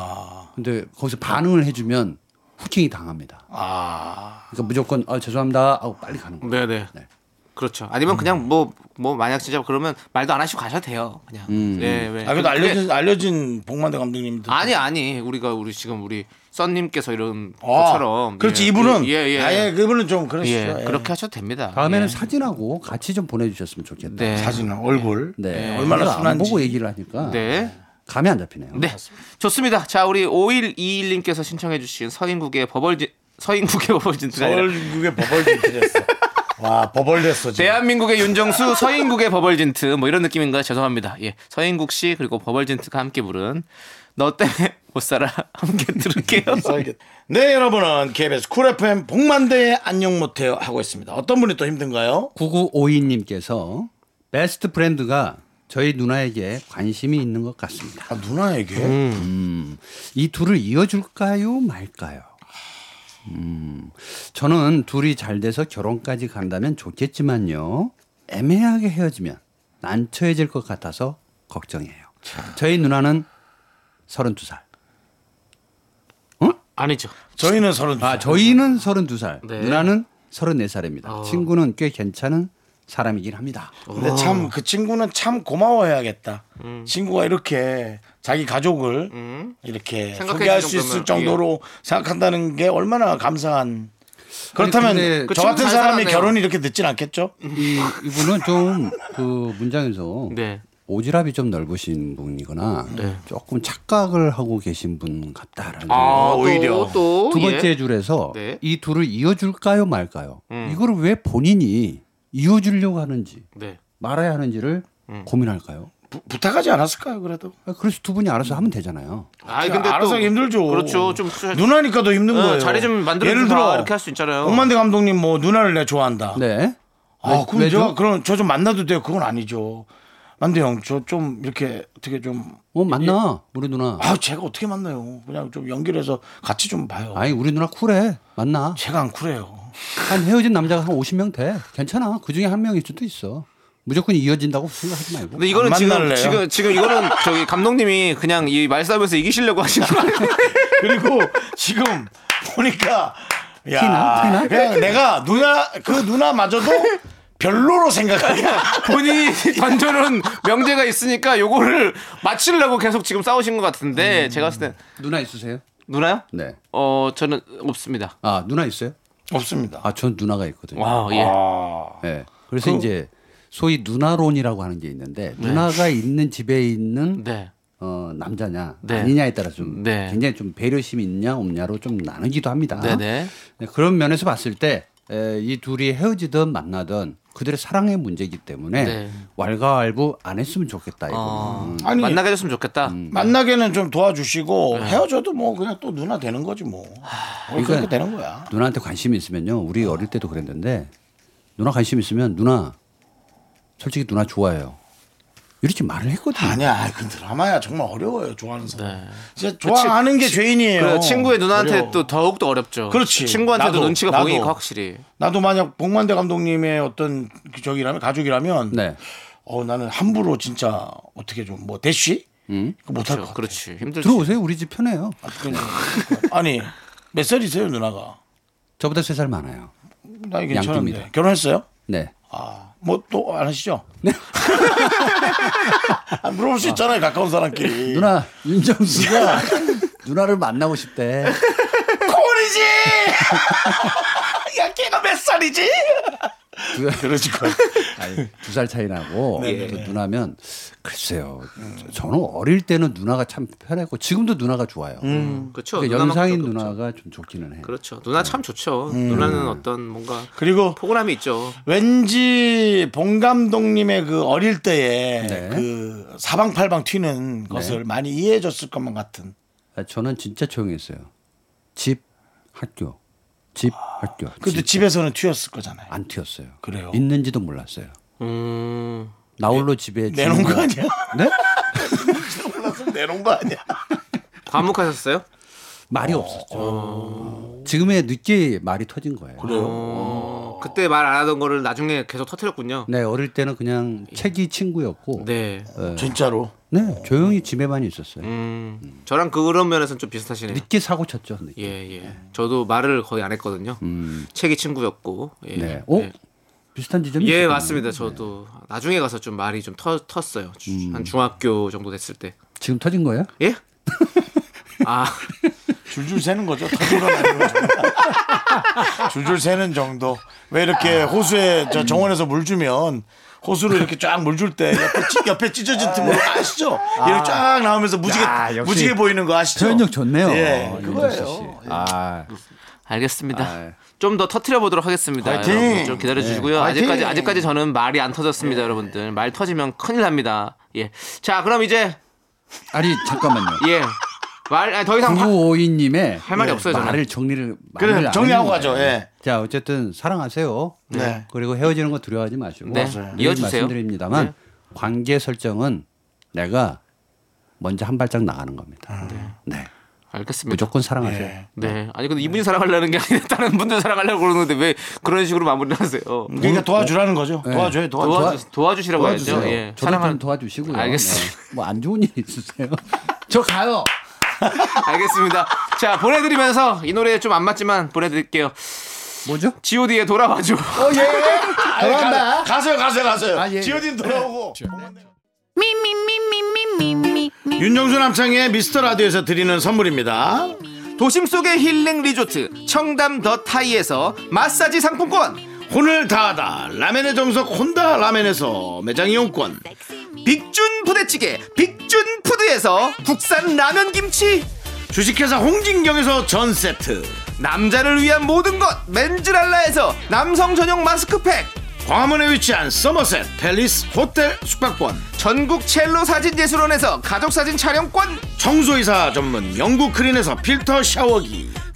근데 거기서 반응을 해주면 후킹이 당합니다. 그러니까 무조건 아, 죄송합니다 하고 빨리 가는 거예요.
네네.
네.
그렇죠.
음.
아니면 그냥 뭐 뭐 만약 진짜 그러면 말도 안 하시고 가셔도 돼요. 그냥. 네, 왜.
아, 그래도
그게-
알려진, 알려진 복만대 감독님도.
아니 아니 우리가 우리 지금 우리 썬님께서 이런
아,
것처럼
그렇지,
예,
이분은.
예, 예.
아예 그분은 좀
예,
그러시죠. 예.
그렇게 하셔도 됩니다.
다음에는
예.
사진하고 같이 좀 보내주셨으면 좋겠다.
네.
사진, 얼굴.
네.
예, 얼마나
우리가 안
순한지.
보고 얘기를 하니까
네.
감이 안 잡히네요.
네. 좋습니다. 자, 우리 5121님께서 신청해 주신 서인국의 버벌진 서인국의 버벌진
서울국의 버벌진 드렸어. 와, 버벌됐어, 지금.
대한민국의 윤정수, 서인국의 버벌진트 뭐 이런 느낌인가요? 죄송합니다. 예, 서인국 씨 그리고 버벌진트가 함께 부른 너 때문에 못 살아 함께 들을게요.
알겠- 네, 여러분은 KBS 쿨 FM 복만대의 안녕 못해요 하고 있습니다. 어떤 분이 또 힘든가요?
9952님께서 베스트 프렌드가 저희 누나에게 관심이 있는 것 같습니다.
아, 누나에게?
음.
이 둘을 이어줄까요, 말까요? 음, 저는 둘이 잘 돼서 결혼까지 간다면 좋겠지만요. 애매하게 헤어지면 난처해질 것 같아서 걱정이에요. 저희 누나는 32살.
아니죠.
저희는 서른.
아, 저희는 32살.
네.
누나는 34살입니다. 친구는 꽤 괜찮은 사람이긴 합니다.
근데
어.
참 그 친구는 참 고마워해야겠다.
음.
친구가 이렇게 자기 가족을 이렇게
생각해
소개할
줄
수 있을
정도면, 예.
정도로 생각한다는 게 얼마나 감사한. 그렇다면
근데
저
그
같은
친구 잘
사람이
살았네요. 음.
결혼이 이렇게 늦진 않겠죠?
이, 이분은 좀 그 문장에서
네.
오지랖이 좀 넓으신 분이거나
네.
조금 착각을 하고 계신 분 같다라는
아,
또,
오히려.
또,
두 번째
아, 예.
줄에서
네. 음.
이 둘을 이어줄까요 말까요 이거를 왜 본인이 이어주려고 하는지
네.
말아야 하는지를
음.
고민할까요?
부- 부탁하지 않았을까요? 그래도.
아, 그래서 두 분이 알아서 하면 되잖아요.
아,
알아서 하기 힘들죠.
그렇죠. 좀 수-
누나니까 더 힘든
어,
거예요.
자리 좀 만들어
예를
주라,
들어
이렇게 할수 있잖아요.
홍만대 감독님 뭐 누나를 내가 좋아한다.
네.
아,
왜-
그럼
왜죠?
네.
제가 그럼 저 좀 만나도 돼요? 그건 아니죠. 만대 형, 저 좀 이렇게 어떻게 좀
어 만나
예.
우리 누나.
아, 제가 어떻게 만나요? 그냥 좀 연결해서 같이 좀 봐요.
아니 우리 누나 쿨해 만나.
제가 안 쿨해요.
한 헤어진 남자가 한 50명 돼. 괜찮아. 그 중에 한 명일 수도 있어. 무조건 이어진다고 생각하지 말고.
근데 이거는
안
지금
만날래요?
지금 지금 이거는 저기 감독님이 그냥 이 말싸움에서 이기시려고 하신 거 아니에요?
그리고 지금 보니까 야,
티나? 티나?
그냥 내가 누나 그 누나마저도 별로로 생각하게.
본인이 던져놓은 명제가 있으니까 요거를 맞추려고 계속 지금 싸우신 것 같은데 제가 봤을 때
누나 있으세요?
음. 누나요?
네.
어 저는 없습니다.
아 누나 있어요?
없습니다. 아.
아 전 누나가 있거든요.
와 예.
네. 그래서 이제 소위 누나론이라고 하는 게 있는데 누나가 있는 집에 있는
네.
어, 남자냐
네.
아니냐에 따라 좀
네.
굉장히 좀 배려심이 있냐 없냐로 좀 나누기도 합니다.
네네.
네, 그런 면에서 봤을 때 이 둘이 헤어지든 만나든 그들의 사랑의 문제이기 때문에
네.
왈가왈부 안 했으면 좋겠다 이거는.
어, 음.
아니,
만나게 됐으면 좋겠다.
만나게는 좀 도와주시고 헤어져도 뭐 그냥 또 누나 되는 거지 뭐.
아,
그렇게
그러니까-
되는 거야.
누나한테 관심이 있으면요. 우리 어릴 때도 그랬는데 누나 관심 있으면 누나 솔직히 누나 좋아해요. 이렇게 말을 했거든요.
아니야, 아이, 그 드라마야 정말 어려워요. 좋아하는 사람. 진짜 좋아하는 게 죄인이에요.
네. 그 그래, 친구의 누나한테
어려워.
또 더욱더 어렵죠.
어, 그렇지.
친구한테도
나도,
눈치가
나도.
보이니까 확실히.
나도 만약 복만대 감독님의 어떤 그 저기라면 가족이라면
네.
어 나는 함부로 진짜 어떻게 좀 뭐 대쉬
음?
그거 못할 것 같아.
그렇죠. 그렇지. 힘들지.
들어오세요. 우리 집 편해요.
아니 몇 살이세요 누나가?
저보다 세 살 많아요.
나이 괜찮은데
양띠입니다.
결혼했어요?
네.
뭐 또 안 하시죠? 아, 물어볼 수 있잖아요 가까운 사람끼리.
누나 윤정수가 누나를 만나고 싶대.
콜이지. 야 걔가 몇 살이지? 그러실 거야.
두 살 차이 나고 또 누나면 글쎄요. 저- 저는 어릴 때는 누나가 참 편했고 지금도 누나가 좋아요.
그렇죠.
그러니까
누나만큼
연상인
좋죠.
누나가 좀 좋기는 해.
그렇죠. 누나 참 좋죠. 누나는 어떤 뭔가
그리고
포근함이 있죠.
왠지 봉 감독님의 그 어릴 때에
네.
그 사방팔방 튀는 것을 많이 이해해줬을 것만 같은.
아, 저는 진짜 조용했어요. 집, 학교, 집, 학교.
근데
집.
집에서는 튀었을 거잖아요.
안 튀었어요.
그래요?
있는지도 몰랐어요.
음.
나 홀로 집에
내놓은
주인공-
거 아니야?
네?
내놓은 거 아니야?
과묵하셨어요?
말이 없었죠. 지금의 늦게 말이 터진 거예요.
어, 그때 말 안 하던 거를 나중에 계속 터뜨렸군요.
네, 어릴 때는 그냥 책이 친구였고, 네,
예. 네.
진짜로.
조용히 집에만 있었어요.
음. 저랑 그런 면에서는 좀 비슷하시네요.
늦게 사고 쳤죠. 늦게.
예, 예. 저도 말을 거의 안 했거든요. 책이 친구였고. 예.
네. 어?
예.
비슷한 지점이
예,
있었구나.
맞습니다. 저도 나중에 가서 좀 말이 좀 터, 텄어요. 주- 한 중학교 정도 됐을 때.
지금 터진 거예요?
예? 아,
줄줄 새는 거죠. 터지는 거죠. 줄줄 새는 정도. 왜 이렇게
아.
호수에 저 정원에서 물 주면 호수로 이렇게 쫙 물 줄 때 옆에, 찢- 옆에 찢어진 틈으로 아시죠? 이렇게 쫙 나오면서 무지개
야, 역시
무지개 보이는 거 아시죠?
표현력 좋네요.
예,
윤정수 씨.
그거예요.
아,
알겠습니다. 아, 예. 좀 더 터트려 보도록 하겠습니다.
화이팅!
여러분 좀 기다려 주시고요.
네, 화이팅!
아직까지 아직까지 저는 말이 안 터졌습니다, 여러분들. 말 터지면 큰일 납니다. 예. 자, 그럼 이제
아니 잠깐만요.
예. 말 더 이상 화-
9952님의
할 말이 없어요, 저는.
말을 정리를 말을
그래
안
정리하고
하는 거예요.
가죠. 예.
자 어쨌든 사랑하세요.
네.
그리고 헤어지는 거 두려워하지 마시고
네,
늘
이어주세요.
말씀드립니다만
네.
관계 설정은 내가 먼저 한 발짝 나가는
아.
겁니다. 네.
알겠습니다.
무조건 사랑하세요.
네. 아니 근데 이분이 사랑하려는 게 아니라 다른 분들 사랑하려고 그러는데 왜 그런 식으로 마무리를 하세요?
그러니까 도와주라는 거죠.
예.
도와줘요, 도와줘.
도와주 도와주시라고
도와주세요.
해야죠. 예.
저도
사랑하는
좀 도와주시고요.
알겠습니다.
뭐 안 좋은 일 있으세요? 저 가요.
알겠습니다. 자, 보내 드리면서 이 노래 좀 안 맞지만 보내 드릴게요.
뭐죠?
GOD의 돌아와 줘.
아, 그러니까 가, 가세요, 가세요, 가세요.
아, 예, 예.
지오딘 돌아오고.
미미미미미미미
윤정수 남창의 미스터 라디오에서 드리는 선물입니다.
도심 속의 힐링 리조트 청담 더 타이에서 마사지 상품권
혼을 다하다 라멘의 정석 혼다 라멘에서 매장 이용권
빅준 부대찌개 빅준 푸드에서 국산 라면 김치
주식회사 홍진경에서 전세트
남자를 위한 모든 것 맨즈랄라에서 남성 전용 마스크팩
광화문에 위치한 서머셋 팰리스 호텔 숙박권
전국 첼로 사진 예술원에서 가족 사진 촬영권
청소이사 전문 영국 크린에서 필터 샤워기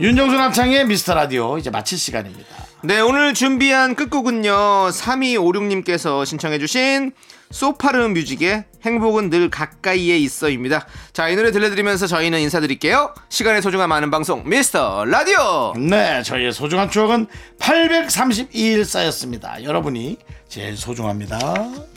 윤정수 남창의 미스터 라디오 이제 마칠 시간입니다
네, 오늘 준비한 끝곡은요. 3256님께서 신청해주신 소파르 뮤직의 행복은 늘 가까이에 있어입니다. 자, 이 노래 들려드리면서 저희는 인사드릴게요. 시간의 소중함 많은 방송, 미스터 라디오!
네 저희의 소중한 추억은 832일 쌓였습니다 여러분이 제일 소중합니다